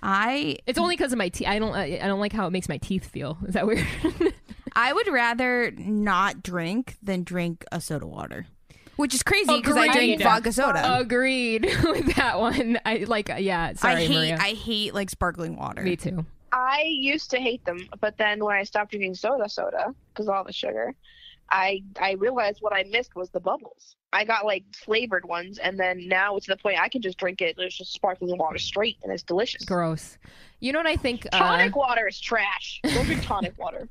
S2: I
S1: It's only because of my teeth. I don't. I I don't like how it makes my teeth feel. Is that weird?
S2: I would rather not drink than drink a soda water, which is crazy because I drink
S1: Agreed.
S2: vodka soda.
S1: Agreed with that one. I like. Yeah. Sorry,
S2: I hate
S1: Maria.
S2: I hate like sparkling water.
S1: Me too.
S3: I used to hate them, but then when I stopped drinking soda soda because all the sugar, I I realized what I missed was the bubbles. I got like flavored ones, and then now it's to the point I can just drink it. It's just sparkling water straight, and it's delicious.
S1: Gross. You know what I think? Uh,
S3: Tonic water is trash. Don't drink tonic water.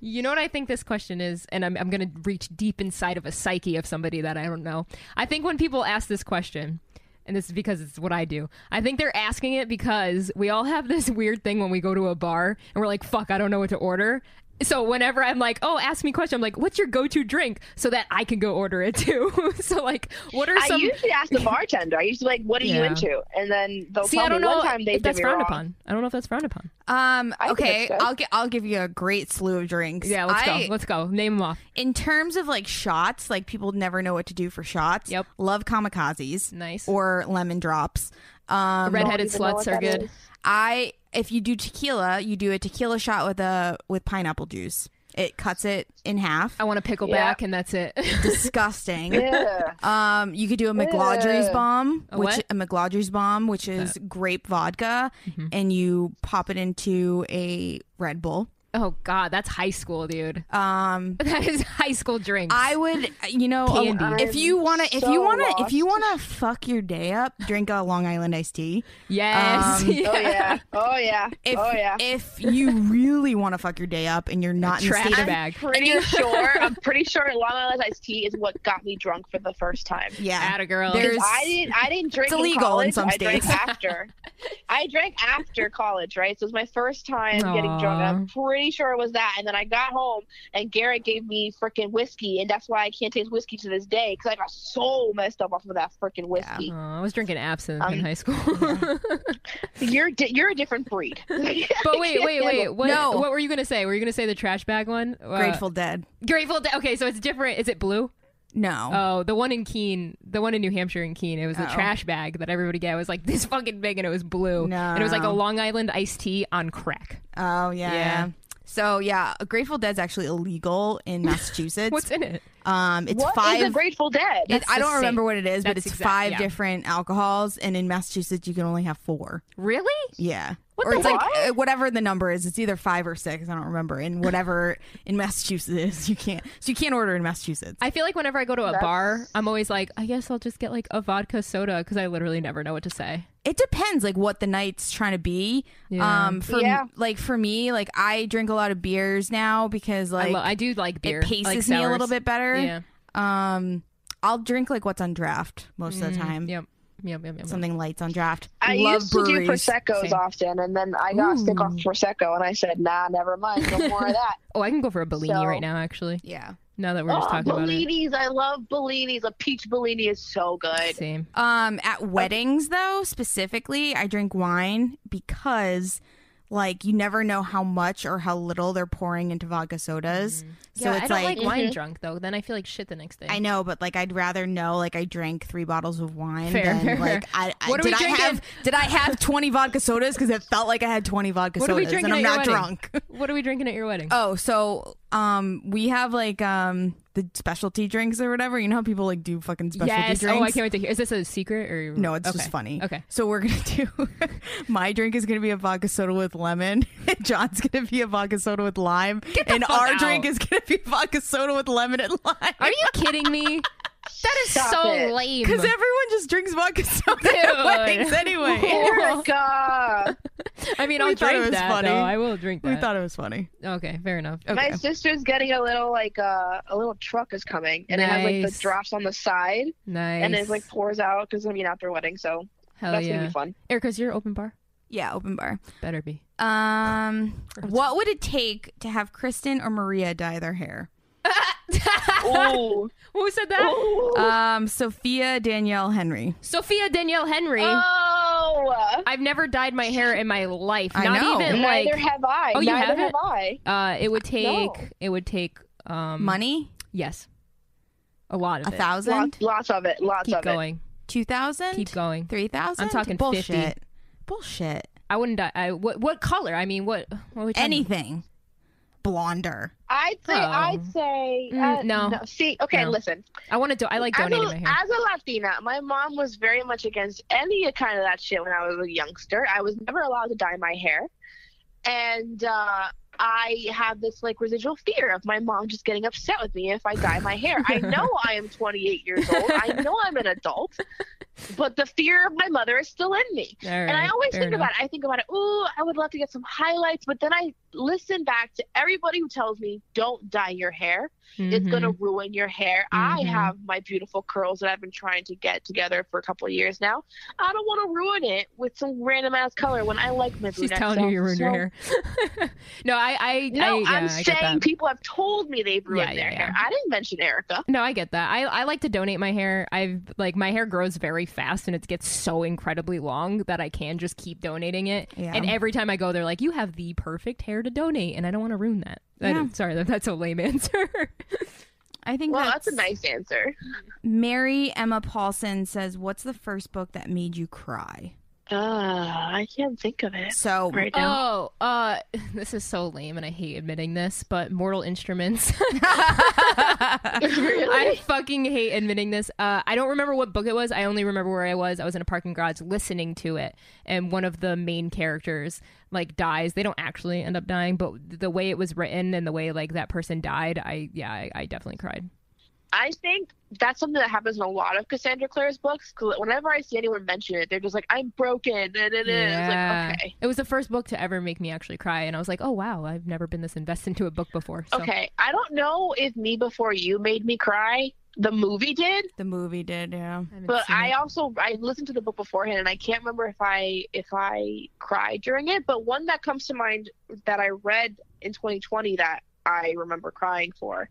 S1: you know what I think this question is, and I'm I'm gonna reach deep inside of a psyche of somebody that I don't know. I think when people ask this question. And this is because it's what I do. I think they're asking it because we all have this weird thing when we go to a bar and we're like, fuck, I don't know what to order. So whenever I'm like, oh, ask me a question, I'm like, what's your go to drink? So that I can go order it too. so, like, what are
S3: I
S1: some.
S3: usually ask the bartender. I usually like, "What are you
S1: Yeah.
S3: into?" And then they'll
S1: See,
S3: tell
S1: I don't
S3: me
S1: know
S3: one time they
S1: if
S3: did
S1: that's
S3: me
S1: frowned
S3: wrong.
S1: upon. I don't know if that's frowned upon.
S2: Um.
S3: I think
S2: Okay.
S3: it's good.
S2: I'll get. I'll give you a great slew of drinks.
S1: Yeah, let's
S2: I-
S1: go. Let's go. Name them off.
S2: In terms of like shots, like people never know what to do for shots.
S1: Yep.
S2: Love kamikazes
S1: Nice.
S2: or lemon drops. Um.
S3: I don't
S1: Redheaded
S3: even know what
S1: sluts are
S3: that
S1: good.
S3: is.
S2: I if you do tequila, you do a tequila shot with a with pineapple juice. It cuts it in half.
S1: I want a pickle
S3: Yeah.
S1: back, and that's it.
S2: Disgusting.
S3: Yeah.
S2: Um, you could do a McLaudry's
S3: Ew.
S2: bomb,
S1: A
S2: which
S1: what?
S2: a McLaudry's bomb, which is grape vodka,
S1: Mm-hmm.
S2: and you pop it into a Red Bull.
S1: oh God, that's high school, dude.
S2: Um,
S1: That is high school drinks.
S2: I would, uh, you know,
S1: Candy.
S2: a- if you
S3: I'm
S2: want to, if
S3: so
S2: you want to, if
S3: lost.
S2: you want to fuck your day up, drink a Long Island iced tea.
S1: yes.
S2: Um,
S3: Oh yeah. Oh yeah.
S2: If,
S3: oh yeah.
S2: If you really want to fuck your day up and you're not in the
S1: Trash
S2: state of
S1: bag.
S3: pretty sure. I'm pretty sure Long Island iced tea is what got me drunk for the first time.
S2: yeah,
S1: Atta girl.
S2: There's-
S3: I didn't. I didn't drink.
S2: It's
S3: in
S2: illegal in
S3: college.
S2: some
S3: I drank
S2: states.
S3: after. I drank after college, right? So it was my first time getting drunk. and I'm pretty sure it was that. And then I got home, and Garrett gave me freaking whiskey, and that's why I can't taste whiskey to this day because I got so messed up off of that freaking whiskey.
S1: Oh, I was drinking absinthe in
S3: Um,
S1: high school.
S3: You're di- you're a different breed.
S1: but wait, wait, wait. What,
S2: No.
S1: what were you gonna say? Were you gonna say the trash bag one? Uh,
S2: Grateful Dead.
S1: Grateful. Dead. Okay, so it's different. Is it blue?
S2: No,
S1: Oh, the one in Keene, the one in New Hampshire in Keene. It was a
S2: Oh.
S1: trash bag that everybody got. It was like this fucking big, and it was blue. And it was like a
S2: No.
S1: Long Island iced tea on crack.
S2: oh yeah.
S1: Yeah.
S2: So yeah, Grateful Dead's actually illegal in Massachusetts.
S1: What's in it?
S2: um, it's
S3: What
S2: five.
S3: is a Grateful Dead?
S2: it- I
S1: the
S2: don't remember
S1: same.
S2: what it is, but
S1: That's
S2: it's
S1: exact-
S2: five
S1: yeah.
S2: different alcohols, and in Massachusetts you can only have four.
S1: Really?
S2: Yeah.
S1: What
S2: or
S1: the
S2: it's like
S3: what?
S2: uh, whatever the number is, it's either five or six. I don't remember. And whatever in Massachusetts it is, you can't. So you can't order in Massachusetts.
S1: I feel like whenever I go to a
S3: That's-
S1: bar, I'm always like, I guess I'll just get like a vodka soda because I literally never know what to say.
S2: It depends, like what the night's trying to be.
S1: Yeah.
S2: Um, for
S3: Yeah.
S2: like for me, like I drink a lot of beers now because
S1: I,
S2: like
S1: lo- I do like beer.
S2: it paces
S1: I like
S2: me a
S1: sours.
S2: little bit better.
S1: Yeah.
S2: Um, I'll drink like what's on draft most of
S1: Mm,
S2: the time.
S1: Yep. Yep. Yep. Yep.
S2: Something light's on draft.
S3: I
S2: Love
S3: used to
S2: breweries.
S3: do proseccos
S1: Same.
S3: often, and then I got sick off
S1: Ooh.
S3: prosecco, and I said, "Nah, never mind, no more of that."
S1: Oh, I can go for a Bellini
S3: So-
S1: right now. Actually,
S2: Yeah.
S1: now that we're just
S3: oh,
S1: talking
S3: Bellinis! I love Bellinis. A peach Bellini is so
S1: about
S3: good.
S1: it. Same.
S2: Um, at weddings though, specifically, I drink wine because like you never know how much or how little they're pouring into vodka sodas. So
S1: Mm. yeah,
S2: it's
S1: I don't like,
S2: like,
S1: wine drunk though. Then I feel like shit the next day.
S2: Mm-hmm. I know, but like I'd rather know like I drank three bottles of wine
S1: Fair,
S2: than
S1: fair, fair.
S2: like I, I
S1: What are we
S2: did I
S1: drinking?
S2: have did I have twenty vodka sodas because it felt like I had twenty vodka
S1: What are we
S2: sodas and
S1: drinking
S2: I'm
S1: at
S2: not
S1: your wedding?
S2: drunk.
S1: What are we drinking at your wedding?
S2: Oh, so um, we have like um the specialty drinks or whatever. You know how people like do fucking specialty
S1: yes.
S2: drinks.
S1: Oh, I can't wait to hear. Is this a secret or
S2: No, it's
S1: Okay.
S2: just funny.
S1: Okay.
S2: So we're gonna do. my drink is gonna be a vodka soda with lemon. and John's gonna be a vodka soda with lime. and
S1: fuck
S2: our
S1: out.
S2: drink is gonna be vodka soda with lemon and
S1: Are
S2: lime.
S1: you kidding me? That is
S3: Stop
S1: so
S3: it.
S1: lame.
S2: Because everyone just drinks vodka soda
S1: Dude.
S2: at weddings anyway.
S3: Erica,
S1: I mean,
S2: we
S1: I'll
S2: thought it
S1: drink
S2: was
S1: that.
S2: funny.
S1: Though. I will drink that.
S2: We thought it was funny.
S1: okay, fair enough.
S3: my
S2: Okay.
S3: sister's getting a little like uh, a little truck is coming, and it has like
S1: Nice.
S3: the drops on the side,
S1: Nice.
S3: and it like pours out because I mean after wedding, so
S1: Hell
S3: that's
S1: yeah.
S3: gonna be fun.
S1: Erica's your open bar?
S2: Yeah, open bar.
S1: Better be.
S2: Um, what would it take to have Kristen or Maria dye their hair?
S3: Ooh,
S1: Who said that?
S3: Ooh.
S2: Um, Sophia Danielle Henry.
S1: Sophia Danielle Henry.
S3: oh,
S1: I've never dyed my hair in my life.
S2: I
S1: Not
S2: know.
S1: even
S3: neither
S1: like
S3: have I.
S1: Oh, you
S3: neither
S1: haven't?
S3: have I.
S1: uh it would take
S3: No.
S1: it would take
S2: Mm.
S1: Um,
S2: Money?
S1: Yes. A lot of
S2: A
S1: it.
S2: thousand?
S3: Lots, lots of it. Lots
S1: Keep
S3: of it.
S1: going.
S2: Two thousand?
S1: Keep going.
S2: Three thousand?
S1: I'm talking 50.
S2: Bullshit. Bullshit.
S1: I wouldn't. Die. I what? What color? I mean, what? What are we talking-
S2: Anything. Blonder.
S3: I'd say.
S1: Oh.
S3: I'd say.
S1: Mm,
S3: uh,
S1: no.
S3: See. Okay.
S1: No.
S3: Listen.
S1: I want to. Do, I like donating
S3: as a,
S1: my hair.
S3: As a Latina, my mom was very much against any kind of that shit when I was a youngster. I was never allowed to dye my hair. And uh, I have this like residual fear of my mom just getting upset with me if I dye my hair. I know I am 28 years old. I know I'm an adult. But the fear of my mother is still in me.
S1: All right,
S3: And I always
S1: fair
S3: think
S1: enough.
S3: about it. I think about it. Ooh, I would love to get some highlights, but then I listen back to everybody who tells me don't dye your hair it's going
S1: Mm-hmm.
S3: to ruin your hair. I
S1: Mhm.
S3: have my beautiful curls that I've been trying to get together for a couple of years now. I don't want to ruin it with some random ass color when I like my
S1: Mm-hmm. She's
S3: brunette
S1: telling you
S3: self.
S1: you ruined
S3: So-
S1: your hair. no, I. I
S3: No,
S1: I, yeah,
S3: am
S1: I get
S3: saying
S1: that.
S3: people have told me they've ruined
S1: Yeah,
S3: their
S1: yeah,
S3: hair. I didn't mention Erica.
S1: No, I get that. I, I like to donate my hair. I've like my hair grows very fast and it gets so incredibly long that I can just keep donating it.
S2: Yeah.
S1: And every time I go, they're like, "You have the perfect hair to donate," and I don't want to ruin that. I
S2: Yeah.
S1: don't- sorry, that, that's a lame answer.
S2: I think
S3: Well,
S2: that's,
S3: that's a nice answer.
S2: Mary Emma Paulson says, What's the first book that made you cry?
S3: Uh, I can't think of it
S2: So
S3: right now.
S1: Oh, uh, this is so lame, and I hate admitting this, but Mortal Instruments.
S3: really?
S1: I fucking hate admitting this. Uh, I don't remember what book it was. I only remember where I was. I was in a parking garage listening to it, and one of the main characters like dies. They don't actually end up dying, but the way it was written and the way like that person died, I yeah, I, I definitely cried.
S3: I think that's something that happens in a lot of Cassandra Clare's books. 'cause Whenever I see anyone mention it, they're just like, "I'm broken," and it is
S1: Yeah.
S3: like, okay.
S1: It was the first book to ever make me actually cry, and I was like, oh wow, I've never been this invested into a book before. So.
S3: Okay, I don't know if Me Before You made me cry. The movie did,
S2: the movie did, yeah.
S1: haven't
S3: but
S1: seen
S3: I
S1: it.
S3: also I listened to the book beforehand, and I can't remember if I if I cried during it. But one that comes to mind that I read in 2020 that I remember crying for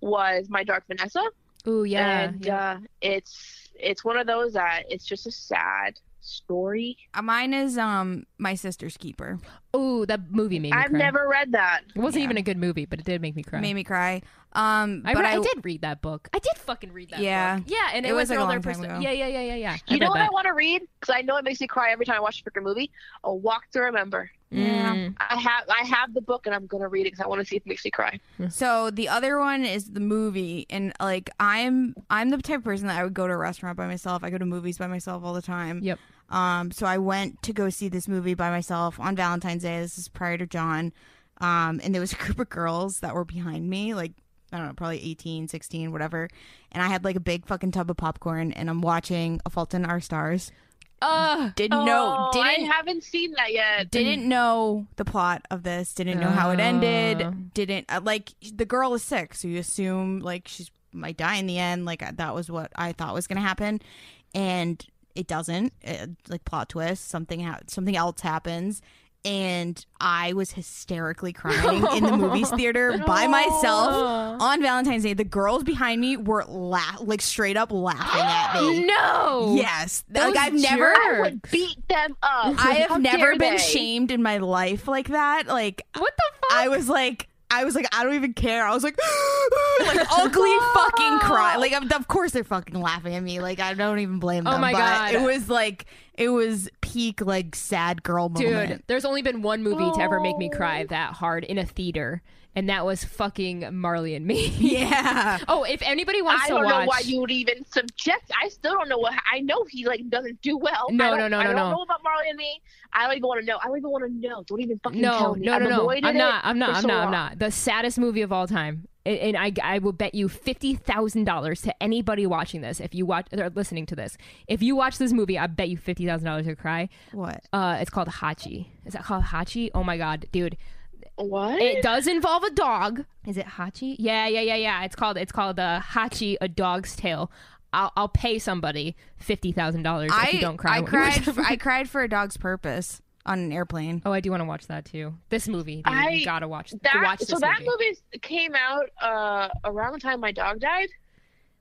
S3: was My Dark Vanessa,
S1: ooh yeah,
S3: and
S1: yeah.
S3: Uh, it's it's one of those that it's just a sad story.
S2: Uh, Mine is um My Sister's Keeper.
S1: ooh that movie made me
S3: I've
S1: cry.
S3: never read that.
S1: It wasn't
S2: Yeah.
S1: even a good movie, but it did make me cry.
S2: Made me cry. Um
S1: I,
S2: but
S1: re-
S2: I,
S1: I did read that book. I did fucking read that
S2: Yeah.
S1: book. Yeah, and it,
S2: It
S1: was
S2: was, like, a
S1: all their
S2: long time
S1: perso-
S2: ago.
S1: Yeah, yeah, yeah, yeah, yeah.
S3: You
S1: I
S3: know
S1: read
S3: what
S1: that.
S3: I want to read because I know it makes me cry every time I watch a freaking movie. A Walk to Remember.
S2: Yeah.
S1: Mm.
S3: I have I have the book and I'm gonna read it because I want to see if it makes me cry.
S2: So the other one is the movie, and like I'm I'm the type of person that I would go to a restaurant by myself. I go to movies by myself all the time.
S1: Yep.
S2: Um. So I went to go see this movie by myself on Valentine's Day. This is prior to John. Um. And there was a group of girls that were behind me, like I don't know, probably 18, 16, whatever. And I had like a big fucking tub of popcorn, and I'm watching A Fault in Our Stars.
S1: Ugh.
S2: Didn't know.
S3: Oh,
S2: Didn't
S3: I haven't seen that yet.
S2: didn't know the plot of this didn't know how it
S1: Oh.
S2: ended didn't uh, like the girl is sick so you assume like she's might die in the end like I- that was what i thought was going to happen and it doesn't Uh like plot twist something ha- something else happens and i was hysterically crying in the movies theater by myself
S1: Ugh.
S2: on valentine's day the girls behind me were la- like straight up laughing at me
S1: no.
S2: yes
S1: Those
S2: like i've never
S3: I would beat them
S2: I
S3: up. How
S2: have never
S3: dare
S2: been
S3: they?
S2: shamed in my life like that. Like
S1: What the fuck?
S2: I was like I was like I don't even care. I was like like ugly fucking cry. Like I'm, of course they're fucking laughing at me. Like I don't even blame
S1: Oh
S2: them.
S1: my
S2: but
S1: God.
S2: It was like it was peak like sad girl
S1: Dude,
S2: moment.
S1: there's only been one movie to ever make
S2: Oh.
S1: me cry that hard in a theater, and that was fucking Marley and Me.
S2: Yeah.
S1: oh, if anybody wants
S3: I
S1: to
S3: don't
S1: watch,
S3: know why you would even subject. I still don't know what. I know he like doesn't do well.
S1: No,
S3: I don't-
S1: no, no,
S3: I
S1: no,
S3: don't
S1: no.
S3: know about Marley and me. I don't even want to know. I don't even want to know. Don't even fucking
S1: no,
S3: tell me.
S1: no,
S3: I've
S1: no, no.
S3: avoided
S1: I'm
S3: it
S1: not. I'm not.
S3: for
S1: I'm
S3: so
S1: not. I'm
S3: long.
S1: not. The saddest movie of all time, and, and I, I will bet you fifty thousand dollars to anybody watching this. If you watch or listening to this, if you watch this movie, I bet you fifty thousand dollars to cry.
S2: What?
S1: Uh, it's called Hachi. Is that called Hachi? Oh my god, dude!
S3: What?
S1: It does involve a dog. Is it Hachi? Yeah, yeah, yeah, yeah. It's called. It's called uh, Hachi, a dog's tale. I'll, I'll pay somebody fifty thousand dollars if you
S2: I
S1: don't cry.
S2: I
S1: when you watch
S2: cried
S1: the
S2: for, I cried for a dog's purpose on an airplane.
S1: Oh, I do want to watch that too. This movie, dude,
S3: I-
S1: you gotta watch.
S3: That,
S1: watch this
S3: so that
S1: movie.
S3: movie came out uh, around the time my dog died.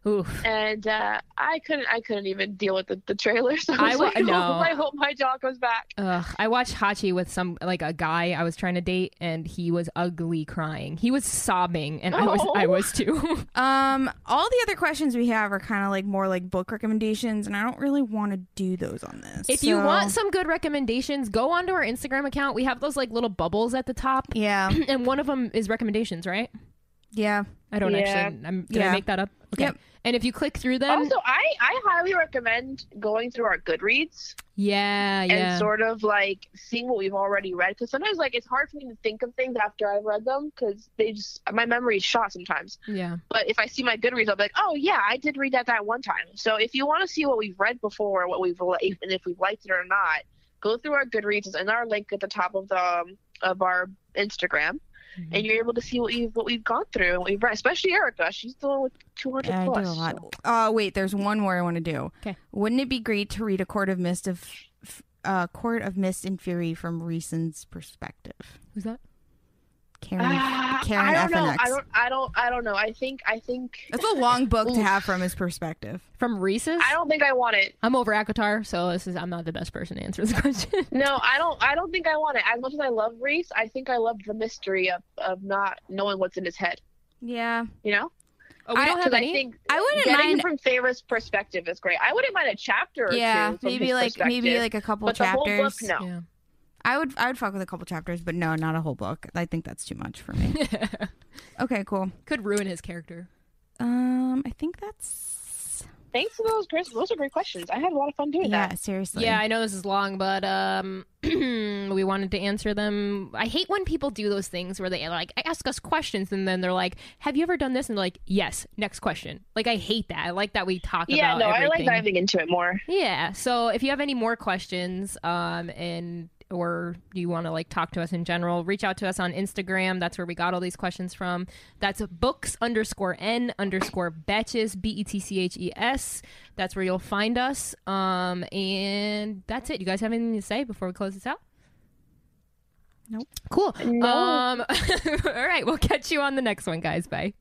S1: Oof.
S3: and uh, I couldn't I couldn't even deal with the, the trailer. So I was
S1: I wa-
S3: like, I hope-
S1: no.
S3: I hope my dog comes back.
S1: Ugh, I watched Hachi with some like a guy I was trying to date, and he was ugly crying. He was sobbing, and I was
S3: Oh.
S1: I was too.
S2: Um, all the other questions we have are kind of like more like book recommendations, and I don't really want to do those on this.
S1: if you
S2: so-
S1: want some good recommendations, go onto our Instagram account. We have those like little bubbles at the top,
S2: yeah,
S1: and one of them is recommendations, right?
S2: yeah,
S1: I don't
S3: Yeah.
S1: actually. I'm, did
S2: Yeah.
S1: I make that up? Okay.
S2: Yep.
S1: And if you click through them,
S3: also, I I highly recommend going through our Goodreads
S1: yeah, yeah,
S3: and sort of like seeing what we've already read because sometimes like it's hard for me to think of things after I've read them because they just my memory's shot sometimes.
S1: yeah.
S3: But if I see my Goodreads, I'll be like, oh yeah, I did read that that one time. So if you want to see what we've read before, what we've li- and if we've liked it or not, go through our Goodreads and our link at the top of the um, of our Instagram.
S2: Mm-hmm.
S3: and you're able to see what we've what we've gone through and what we've read. Especially Erica, she's the one with 200
S2: yeah. I
S3: plus.
S2: did a lot.
S3: so-
S2: Uh, wait, there's one more I want to do.
S1: 'Kay.
S2: Wouldn't it be great to read a Court of Mist of, f- uh, Court of Mist and Fury from Reason's perspective?
S1: Who's that?
S2: Karen,
S3: Ah,
S2: Karen
S3: I don't know.
S2: FNX.
S3: I don't. I don't. I don't know. I think. I think.
S2: That's a long book to
S3: Oof.
S2: have from his perspective.
S1: From Reese's?
S3: I don't think I want it.
S1: I'm over Akatar, so this is I'm not the best person to answer this question.
S3: No, I don't. I don't think I want it. As much as I love Reese, I think I loved the mystery of, of not knowing what's in his head.
S2: Yeah,
S3: You know,
S1: Oh, we
S2: I-
S1: don't
S3: 'Cause
S1: have
S3: I
S1: any.
S3: think
S2: I wouldn't
S3: getting
S2: mind-
S3: it from Feyre's perspective is great. I wouldn't mind a chapter. Or
S2: yeah,
S3: two from
S2: maybe
S3: his
S2: like maybe
S3: perspective,
S2: like a couple
S3: but
S2: chapters.
S3: the whole book, no.
S1: Yeah.
S2: I would I would fuck with a couple chapters, but no, not a whole book. I think that's too much for me. okay, cool.
S1: Could ruin his character.
S2: Um, I think that's
S3: Thanks for those, Chris. Those are great questions. I had a lot of fun doing
S2: yeah.
S3: that.
S2: Seriously,
S1: Yeah, I know this is long, but um, we wanted to answer them. I hate when people do those things where they like ask us questions and then they're like, "Have you ever done this?" And they're like, "Yes." Next question. Like, I hate that. I like that we talk
S3: Yeah,
S1: about.
S3: no, I like
S1: everything.
S3: diving into it more.
S1: Yeah. So if you have any more questions, um, and or you want to like talk to us in general, reach out to us on Instagram. That's where we got all these questions from. That's books underscore n underscore betches b e t c h e s. That's where you'll find us. Um, and that's it. You guys have anything to say before we close this out?
S2: Nope.
S1: Cool.
S3: No.
S1: Um, all right. We'll catch you on the next one, guys. Bye.